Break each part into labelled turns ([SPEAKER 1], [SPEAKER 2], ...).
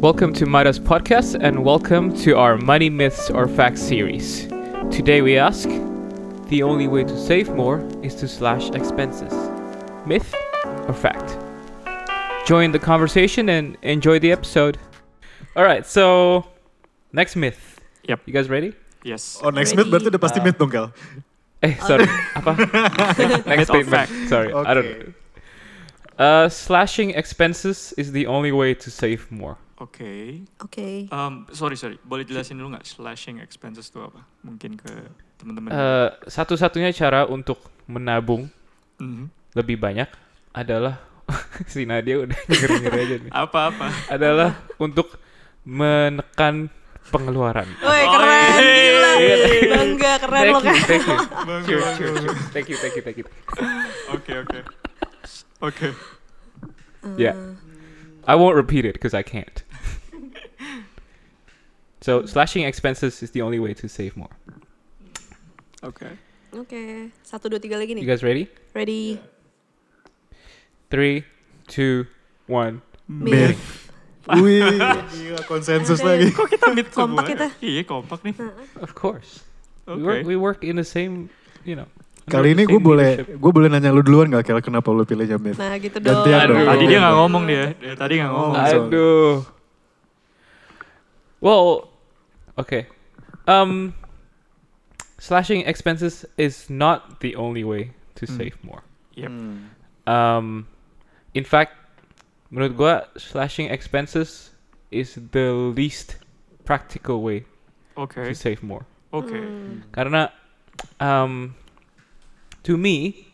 [SPEAKER 1] Welcome to Midas Podcast and welcome to our Money Myths or Facts series. Today we ask the only way to save more is to slash expenses. Myth or fact? Join the conversation and enjoy the episode. All right, so next myth.
[SPEAKER 2] Yep.
[SPEAKER 1] You guys ready?
[SPEAKER 2] Yes.
[SPEAKER 3] Oh next myth berarti udah pasti
[SPEAKER 1] Ah.
[SPEAKER 3] myth dong Kel
[SPEAKER 1] Eh, sorry. apa? Next
[SPEAKER 2] Myth or
[SPEAKER 1] statement. Sorry, I don't know.
[SPEAKER 3] Okay.
[SPEAKER 1] Uh, slashing expenses is the only way to save more.
[SPEAKER 2] Oke.
[SPEAKER 4] Oke.
[SPEAKER 2] Um, sorry sorry. Boleh jelasin dulu nggak slashing expenses itu apa? Mungkin ke teman-teman.
[SPEAKER 1] Uh, satu-satunya cara untuk menabung
[SPEAKER 2] Mhm.
[SPEAKER 1] lebih banyak adalah si Nadia udah ngeri-ngeri aja nih.
[SPEAKER 2] Apa-apa.
[SPEAKER 1] Adalah untuk menekan pengeluaran.
[SPEAKER 4] Woi
[SPEAKER 2] Oh,
[SPEAKER 4] keren,
[SPEAKER 2] yeay.
[SPEAKER 4] gila.
[SPEAKER 1] Yeay.
[SPEAKER 4] Bangga keren
[SPEAKER 1] thank
[SPEAKER 4] lo
[SPEAKER 1] you,
[SPEAKER 4] kan.
[SPEAKER 1] thank you.
[SPEAKER 2] Bagus,
[SPEAKER 1] Cheers,
[SPEAKER 2] bagus.
[SPEAKER 1] cheers, cheers. Thank you, thank you, thank you.
[SPEAKER 2] Oke oke. Oke. Ya.
[SPEAKER 1] Yeah.
[SPEAKER 4] Eh,
[SPEAKER 1] I won't repeat it because I can't. so slashing expenses is the only way to save more.
[SPEAKER 2] Oke.
[SPEAKER 4] Oke, satu dua tiga lagi
[SPEAKER 1] You
[SPEAKER 4] nih.
[SPEAKER 1] guys ready?
[SPEAKER 4] Ready?
[SPEAKER 1] Three, two, one.
[SPEAKER 4] Myth.
[SPEAKER 3] Myth. Wih, gila konsensus
[SPEAKER 4] Ada.
[SPEAKER 3] lagi. Nah.
[SPEAKER 2] Kok kita meet semua?
[SPEAKER 4] Kompak kita.
[SPEAKER 2] Iya kompak nih.
[SPEAKER 1] Of course. We
[SPEAKER 2] Oke.
[SPEAKER 1] work we work in the same, you know. under
[SPEAKER 3] Kali
[SPEAKER 1] the
[SPEAKER 3] ini
[SPEAKER 1] Kan
[SPEAKER 3] gue
[SPEAKER 1] same
[SPEAKER 3] boleh
[SPEAKER 1] leadership.
[SPEAKER 3] gue boleh nanya lu duluan gak Kel kenapa lu pilihnya myth?
[SPEAKER 4] Nah gitu dong. Hmm.
[SPEAKER 3] Gantian
[SPEAKER 2] Aduh,
[SPEAKER 3] dong.
[SPEAKER 2] tadi dia
[SPEAKER 4] iya.
[SPEAKER 2] nggak ngomong dia. Dia Tadi nggak ngomong.
[SPEAKER 3] Oh,
[SPEAKER 1] Iya.
[SPEAKER 3] sorry.
[SPEAKER 1] Aduh. Well, okay. Um, slashing expenses is not the only way to
[SPEAKER 2] Hmm.
[SPEAKER 1] save more.
[SPEAKER 2] Yep.
[SPEAKER 3] Hmm.
[SPEAKER 1] Um, in fact, menurut gua slashing expenses is the least practical way
[SPEAKER 2] Oke.
[SPEAKER 1] to save more.
[SPEAKER 2] Oke.
[SPEAKER 4] Hmm,
[SPEAKER 1] Karena, um, to me,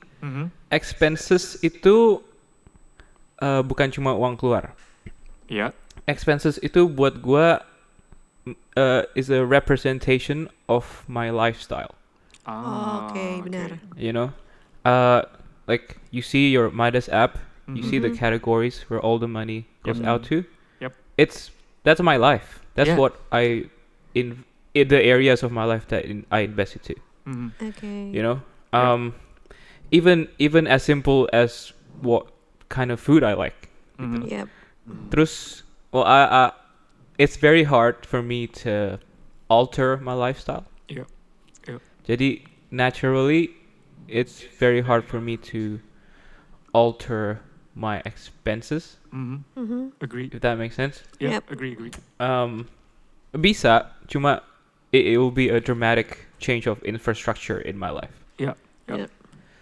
[SPEAKER 2] Mhm.
[SPEAKER 4] Hmm.
[SPEAKER 1] expenses itu uh, bukan cuma uang keluar.
[SPEAKER 2] Iya.
[SPEAKER 1] expenses itu buat gua mm, uh, is a representation of my lifestyle.
[SPEAKER 2] Ah,
[SPEAKER 4] Oke, benar.
[SPEAKER 1] You know, uh, like you see your Midas app, you see the
[SPEAKER 4] Mhm.
[SPEAKER 1] categories where all the money goes
[SPEAKER 3] Yep.
[SPEAKER 1] out to.
[SPEAKER 2] Mm-hmm. Yep.
[SPEAKER 1] It's that's my life. That's
[SPEAKER 2] Yeah.
[SPEAKER 1] what I in, in the areas of my life that in, I invest into.
[SPEAKER 2] Mhm.
[SPEAKER 4] Oke.
[SPEAKER 1] You know,
[SPEAKER 2] Yeah.
[SPEAKER 1] um, even even as simple as what kind of food I like.
[SPEAKER 2] Mhm.
[SPEAKER 4] Yep.
[SPEAKER 1] Terus, well, I, I, it's very hard for me to alter my lifestyle.
[SPEAKER 2] Iya. Iya.
[SPEAKER 1] Jadi, naturally, it's very hard for me to alter my expenses,
[SPEAKER 2] Mhm.
[SPEAKER 4] Mhm.
[SPEAKER 2] Agree.
[SPEAKER 1] if that makes sense.
[SPEAKER 2] Yeah.
[SPEAKER 4] Yep.
[SPEAKER 2] Agree. Agree.
[SPEAKER 1] Um, bisa, cuma it, it will be a dramatic change of infrastructure in my life.
[SPEAKER 2] Yeah. Yeah.
[SPEAKER 4] Yep.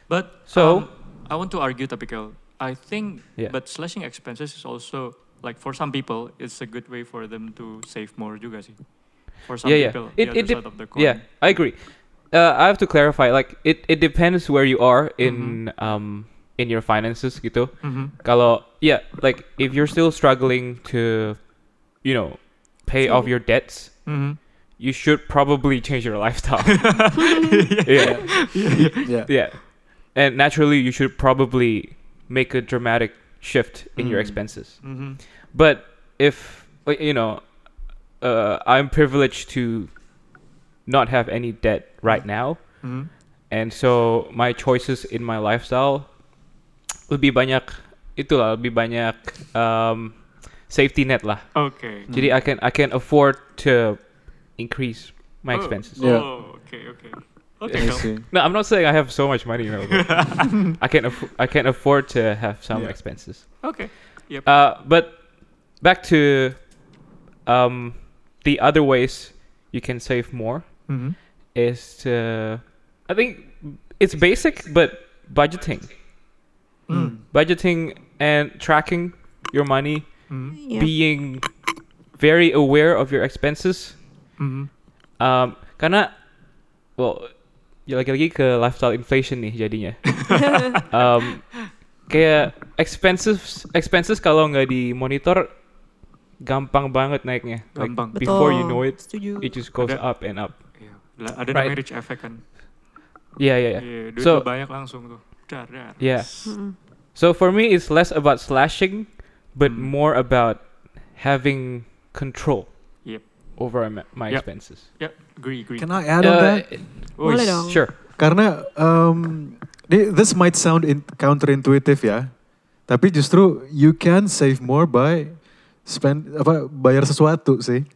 [SPEAKER 2] But
[SPEAKER 1] So-
[SPEAKER 2] um, I want to argue typical. I think
[SPEAKER 1] Yeah.
[SPEAKER 2] but slashing expenses is also like for some people it's a good way for them to save more juga sih. For some
[SPEAKER 1] Yeah, yeah.
[SPEAKER 2] people
[SPEAKER 1] It-
[SPEAKER 2] the
[SPEAKER 1] it
[SPEAKER 2] other
[SPEAKER 1] dep-
[SPEAKER 2] side of the coin.
[SPEAKER 1] Yeah, I agree. Uh, I have to clarify. Like, it, it depends where you are
[SPEAKER 2] Mm-hmm.
[SPEAKER 1] in um in your finances, gitu.
[SPEAKER 2] Mhm.
[SPEAKER 1] Kalau yeah, like if you're still struggling to, you know, pay off your debts,
[SPEAKER 2] Mhm.
[SPEAKER 1] you should probably change your lifestyle. yeah,
[SPEAKER 3] Ya.
[SPEAKER 1] yeah, and naturally you should probably make a dramatic shift in your
[SPEAKER 3] Mm.
[SPEAKER 1] expenses.
[SPEAKER 2] Mhm.
[SPEAKER 1] But if uh, you know, uh, I'm privileged to not have any debt right now,
[SPEAKER 2] Mhm.
[SPEAKER 1] and so my choices in my lifestyle lebih banyak itulah lebih banyak um, safety net lah.
[SPEAKER 2] Okay.
[SPEAKER 1] Jadi I can I can afford to increase my
[SPEAKER 2] Oh,
[SPEAKER 1] expenses.
[SPEAKER 3] Yeah.
[SPEAKER 2] Oh, okay, okay. Okay.
[SPEAKER 3] I
[SPEAKER 2] Kel.
[SPEAKER 3] see.
[SPEAKER 1] No, I'm not saying I have so much money. No, but I can aff- I can afford to have some
[SPEAKER 3] Yeah.
[SPEAKER 1] expenses.
[SPEAKER 2] Okay. Yep.
[SPEAKER 1] Uh, but back to um, the other ways you can save more
[SPEAKER 2] Mhm.
[SPEAKER 1] is to I think it's basic, but budgeting,
[SPEAKER 3] Hmm.
[SPEAKER 1] Mm-hmm.
[SPEAKER 2] Mm.
[SPEAKER 1] budgeting and tracking your money,
[SPEAKER 2] Mhm.
[SPEAKER 4] Yep.
[SPEAKER 1] being very aware of your expenses.
[SPEAKER 2] Mhm.
[SPEAKER 1] Um, karena, well, ya lagi-lagi ke lifestyle inflation nih jadinya. um, kayak expenses, expenses kalau nggak dimonitor, gampang banget naiknya. Like,
[SPEAKER 2] Gampang.
[SPEAKER 4] Betul.
[SPEAKER 1] before you know it,
[SPEAKER 4] Setuju.
[SPEAKER 1] it just goes
[SPEAKER 2] Ada-
[SPEAKER 1] up and up.
[SPEAKER 2] Iya. Lah, Ada
[SPEAKER 1] Right.
[SPEAKER 2] namanya rich effect kan.
[SPEAKER 1] Yeah, yeah, yeah.
[SPEAKER 2] Iya, duit
[SPEAKER 1] So-
[SPEAKER 2] lu banyak langsung tuh. Dar, dar.
[SPEAKER 1] Yeah.
[SPEAKER 4] Mm-mm.
[SPEAKER 1] So for me, it's less about slashing, but
[SPEAKER 2] Mm.
[SPEAKER 1] more about having control
[SPEAKER 2] Yep.
[SPEAKER 1] over my, my
[SPEAKER 2] Yep.
[SPEAKER 1] expenses. Uh, eh,
[SPEAKER 2] Yep. Agree, agree.
[SPEAKER 3] Can I add on that?
[SPEAKER 2] Wois.
[SPEAKER 4] Boleh dong.
[SPEAKER 1] Sure.
[SPEAKER 3] Karena um, thi- this might sound in, counterintuitive ya, tapi justru you can save more by spend apa bayar sesuatu sih.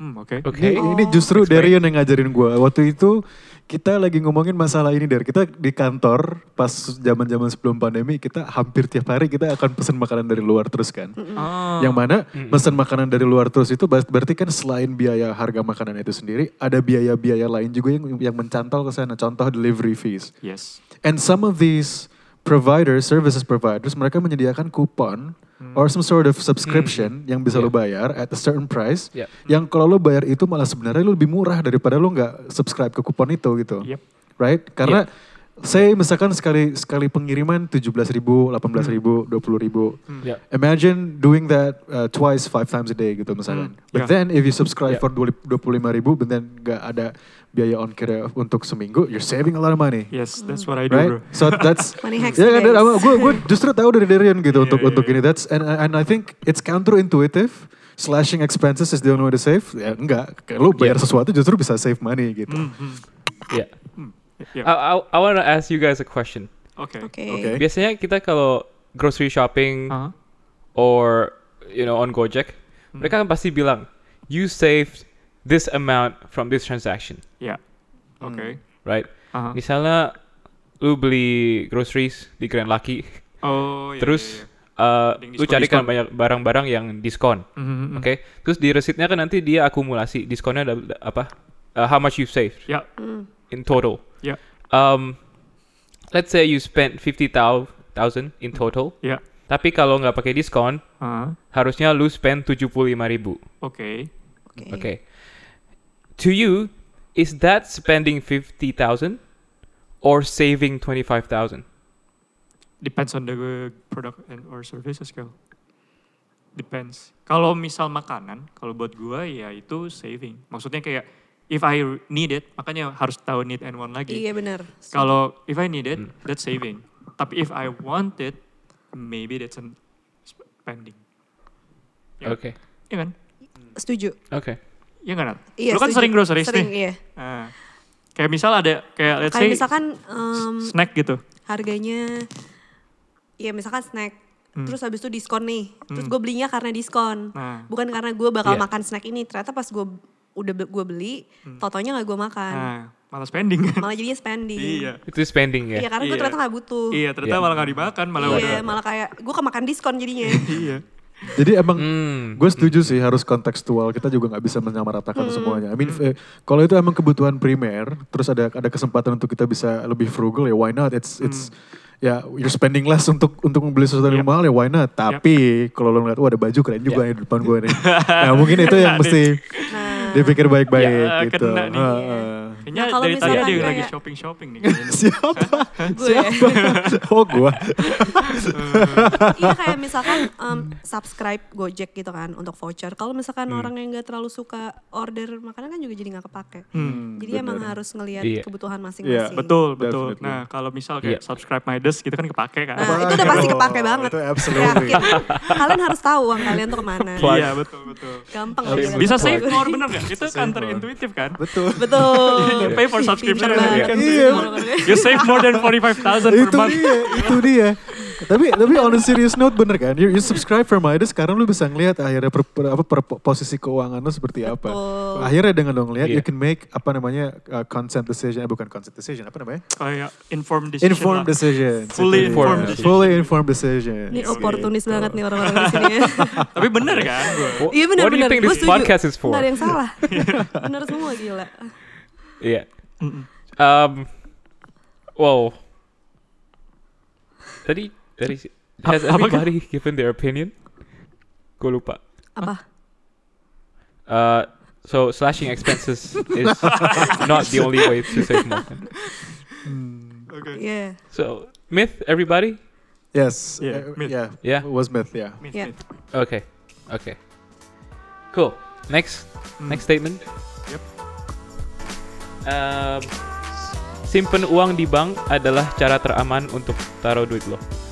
[SPEAKER 2] Hmm, oke.
[SPEAKER 1] Okay.
[SPEAKER 3] Ini, ini justru Darian yang ngajarin gue. Waktu itu kita lagi ngomongin masalah ini dari kita di kantor pas zaman-zaman sebelum pandemi kita hampir tiap hari kita akan pesan makanan dari luar terus kan.
[SPEAKER 2] Ah,
[SPEAKER 3] Yang mana pesan makanan dari luar terus itu ber- berarti kan selain biaya harga makanan itu sendiri ada biaya-biaya lain juga yang yang mencantol ke sana. Contoh delivery fees.
[SPEAKER 2] yes.
[SPEAKER 3] And some of these providers, services providers, mereka menyediakan kupon
[SPEAKER 2] Hmm.
[SPEAKER 3] or some sort of subscription yang bisa lo bayar at a certain price.
[SPEAKER 1] Yeah.
[SPEAKER 3] Yang kalau lo bayar itu malah sebenarnya lo lebih murah daripada lo nggak subscribe ke kupon itu gitu.
[SPEAKER 2] Yep.
[SPEAKER 3] Right? Karena saya misalkan sekali sekali pengiriman 17.000, ribu, 18.000,
[SPEAKER 2] Hmm.
[SPEAKER 3] ribu, 20.000.
[SPEAKER 1] Yeah.
[SPEAKER 3] Imagine doing that uh, twice, five times a day gitu misalkan.
[SPEAKER 2] Hmm,
[SPEAKER 3] But
[SPEAKER 2] yeah.
[SPEAKER 3] then if you subscribe
[SPEAKER 1] Yeah.
[SPEAKER 3] for 25 ribu, but then nggak ada biaya ongkir untuk seminggu, you're saving a lot of money
[SPEAKER 2] Yes, that's what I do,
[SPEAKER 3] right?
[SPEAKER 2] bro.
[SPEAKER 3] So that's
[SPEAKER 4] Money hacks,
[SPEAKER 3] Ya kan,
[SPEAKER 4] guys.
[SPEAKER 3] dan gue gue justru tahu dari Darian gitu
[SPEAKER 2] Iya,
[SPEAKER 3] untuk
[SPEAKER 2] iya,
[SPEAKER 3] untuk
[SPEAKER 2] iya.
[SPEAKER 3] ini. That's and and I think it's counterintuitive. Slashing expenses is the only way to save. Ya enggak, Kayak lu bayar
[SPEAKER 1] Iya.
[SPEAKER 3] sesuatu justru bisa save money gitu.
[SPEAKER 2] Hmm.
[SPEAKER 1] Yeah.
[SPEAKER 2] Yeah.
[SPEAKER 1] I, I, I want to ask you guys a question.
[SPEAKER 2] okay.
[SPEAKER 4] Oke.
[SPEAKER 3] Oke.
[SPEAKER 1] Biasanya kita kalau grocery shopping
[SPEAKER 2] Uh-huh.
[SPEAKER 1] or you know on Gojek,
[SPEAKER 2] Hmm.
[SPEAKER 1] mereka kan pasti bilang you saved this amount from this transaction,
[SPEAKER 2] Yeah. Okay.
[SPEAKER 1] right?
[SPEAKER 2] Uh-huh.
[SPEAKER 1] Misalnya lu beli groceries di Grand Lucky,
[SPEAKER 2] Oh, yeah.
[SPEAKER 1] terus uh,
[SPEAKER 2] Ada yang
[SPEAKER 1] lu carikan
[SPEAKER 2] diskon-diskon.
[SPEAKER 1] banyak barang-barang yang diskon,
[SPEAKER 2] yeah, yeah. Mhm, mhm.
[SPEAKER 1] oke? Terus di resitnya kan nanti dia akumulasi diskonnya ada, ada apa? Uh, how much you saved
[SPEAKER 2] Yeah.
[SPEAKER 4] Hmm,
[SPEAKER 1] in total?
[SPEAKER 2] Yeah.
[SPEAKER 1] Um, let's say you spent fifty thousand in total,
[SPEAKER 2] Yeah.
[SPEAKER 1] tapi kalau nggak pakai diskon
[SPEAKER 2] Uh-huh.
[SPEAKER 1] harusnya lu spend 75.000. ribu.
[SPEAKER 2] Okay.
[SPEAKER 4] Oke.
[SPEAKER 1] Oke. To you, is that spending 50,000 or saving 25,000?
[SPEAKER 2] Depends on the product and or services, girl. Depends. Kalau misal makanan, kalau buat gua ya itu saving. Maksudnya kayak if I need it, makanya harus tahu need and want lagi.
[SPEAKER 4] Iya benar.
[SPEAKER 2] Kalau if I need it,
[SPEAKER 1] Hmm.
[SPEAKER 2] that's saving. Tapi if I want it, maybe that's an spending. Yeah.
[SPEAKER 1] Oke.
[SPEAKER 2] Iya kan?
[SPEAKER 4] Setuju.
[SPEAKER 1] Oke.
[SPEAKER 2] Iya kan? Nat? Lu
[SPEAKER 4] Iya.
[SPEAKER 2] kan
[SPEAKER 4] setuju.
[SPEAKER 2] sering groceries
[SPEAKER 4] Sering,
[SPEAKER 2] nih.
[SPEAKER 4] iya.
[SPEAKER 2] Ah. Kayak misal ada kayak let's
[SPEAKER 4] Kayak
[SPEAKER 2] say
[SPEAKER 4] misalkan um, em,
[SPEAKER 2] snack gitu.
[SPEAKER 4] harganya, ya misalkan snack. Terus habis itu diskon nih. Terus gue belinya karena diskon.
[SPEAKER 2] Hmm. Nah.
[SPEAKER 4] Bukan karena gue bakal
[SPEAKER 1] Iya.
[SPEAKER 4] makan snack ini. Ternyata pas gue udah gue beli, totonya nggak gue makan.
[SPEAKER 2] Hmm. Nah, malah spending kan?
[SPEAKER 4] Malah jadinya spending.
[SPEAKER 2] iya.
[SPEAKER 1] Itu spending
[SPEAKER 4] Iya
[SPEAKER 1] ya.
[SPEAKER 4] karena gue
[SPEAKER 2] Iya.
[SPEAKER 4] ternyata nggak butuh.
[SPEAKER 2] Iya, ternyata
[SPEAKER 1] Iya.
[SPEAKER 2] malah gak dimakan, malah
[SPEAKER 4] Iya,
[SPEAKER 2] udah.
[SPEAKER 4] malah kayak gue kemakan diskon jadinya.
[SPEAKER 2] iya.
[SPEAKER 3] Jadi emang
[SPEAKER 1] Hmm.
[SPEAKER 3] gue setuju sih harus kontekstual. Kita juga nggak bisa menyamaratakan
[SPEAKER 2] Hmm.
[SPEAKER 3] semuanya. I mean eh, kalau itu emang kebutuhan primer, terus ada ada kesempatan untuk kita bisa lebih frugal ya why not? It's it's ya you're spending less untuk untuk membeli sesuatu
[SPEAKER 2] Hmm.
[SPEAKER 3] yang
[SPEAKER 2] Yep.
[SPEAKER 3] mahal ya why not? Tapi kalau lo ngeliat wah ada baju keren juga nih di depan gue nih. nah mungkin itu yang mesti dipikir baik-baik
[SPEAKER 2] Ya,
[SPEAKER 3] gitu.
[SPEAKER 2] kena nih.
[SPEAKER 3] Ah, ah.
[SPEAKER 2] Kayaknya
[SPEAKER 4] Nah, kalau
[SPEAKER 2] dari tadi
[SPEAKER 4] misalkan
[SPEAKER 2] ada yang lagi
[SPEAKER 4] kayak-
[SPEAKER 2] shopping-shopping nih. kayaknya.
[SPEAKER 3] Siapa?
[SPEAKER 4] Gue.
[SPEAKER 3] Siapa? Oh gua.
[SPEAKER 4] iya kayak misalkan em, subscribe Gojek gitu kan untuk voucher. Kalau misalkan
[SPEAKER 2] Hmm.
[SPEAKER 4] orang yang nggak terlalu suka order makanan kan juga jadi nggak kepake. jadi emang harus ngelihat
[SPEAKER 1] Iya.
[SPEAKER 4] kebutuhan masing-masing.
[SPEAKER 3] Iya,
[SPEAKER 2] Hmm, betul, betul.
[SPEAKER 3] Definitely.
[SPEAKER 2] Nah,
[SPEAKER 3] Iya.
[SPEAKER 2] kalau misal kayak subscribe my desk gitu kan kepake kan.
[SPEAKER 4] Nah itu udah pasti
[SPEAKER 3] Oh,
[SPEAKER 4] kepake banget. Ya.
[SPEAKER 3] itu absolutely.
[SPEAKER 4] Yakin. gitu. Kalian harus tahu uang kalian tuh kemana.
[SPEAKER 2] Iya, betul, betul.
[SPEAKER 4] Gampang.
[SPEAKER 1] Iya,
[SPEAKER 4] ya.
[SPEAKER 3] Harus
[SPEAKER 4] kalian
[SPEAKER 2] Bisa
[SPEAKER 4] tahu.
[SPEAKER 2] save more bener gak? Itu
[SPEAKER 3] Save more.
[SPEAKER 2] counterintuitif kan?
[SPEAKER 3] Betul.
[SPEAKER 4] Betul.
[SPEAKER 2] You pay for subscription and you
[SPEAKER 1] kan
[SPEAKER 2] can
[SPEAKER 3] Iya.
[SPEAKER 2] save more. You save more than 45,000 per
[SPEAKER 3] itu
[SPEAKER 2] month.
[SPEAKER 3] dia, itu dia. tapi tapi on a serious note bener kan, you, you subscribe for Midas sekarang lu bisa ngelihat akhirnya per, per- apa per- posisi keuangan lu seperti apa.
[SPEAKER 4] Betul.
[SPEAKER 3] Akhirnya dengan lu ngelihat you
[SPEAKER 1] Iya.
[SPEAKER 3] can make apa namanya uh, consent decision, eh, bukan consent decision, apa namanya?
[SPEAKER 2] Kayak informed decision.
[SPEAKER 3] Informed
[SPEAKER 2] lah.
[SPEAKER 3] decision.
[SPEAKER 2] Fully
[SPEAKER 3] Itu dia.
[SPEAKER 1] informed decision.
[SPEAKER 3] Fully informed decision.
[SPEAKER 1] Iya,
[SPEAKER 4] Ini
[SPEAKER 3] Gitu.
[SPEAKER 4] oportunis banget nih orang-orang di sini. ya.
[SPEAKER 2] Tapi bener kan? gua?
[SPEAKER 1] Wh-
[SPEAKER 4] Iya benar
[SPEAKER 1] What do you
[SPEAKER 4] benar.
[SPEAKER 1] think
[SPEAKER 4] Gua
[SPEAKER 1] this
[SPEAKER 4] setuju.
[SPEAKER 1] podcast is for?
[SPEAKER 4] Nggak ada yang salah. benar semua gila.
[SPEAKER 1] Iya. Um wow. Tadi tadi si- has
[SPEAKER 2] Apa- apakah-
[SPEAKER 1] everybody given their opinion? Gue lupa.
[SPEAKER 4] Apa?
[SPEAKER 1] Uh, so slashing expenses is not the only way to save more.
[SPEAKER 2] Oke.
[SPEAKER 4] Iya.
[SPEAKER 1] So myth, everybody.
[SPEAKER 3] Yes.
[SPEAKER 2] Yeah,
[SPEAKER 3] eh,
[SPEAKER 2] myth.
[SPEAKER 3] yeah.
[SPEAKER 1] Yeah.
[SPEAKER 3] Was myth, yeah.
[SPEAKER 2] Meet,
[SPEAKER 4] Iya.
[SPEAKER 2] meet.
[SPEAKER 1] Okay. Okay. Cool. Next. Next statement.
[SPEAKER 2] Yep.
[SPEAKER 1] Um, simpen uang di bank adalah cara teraman untuk taruh duit lo.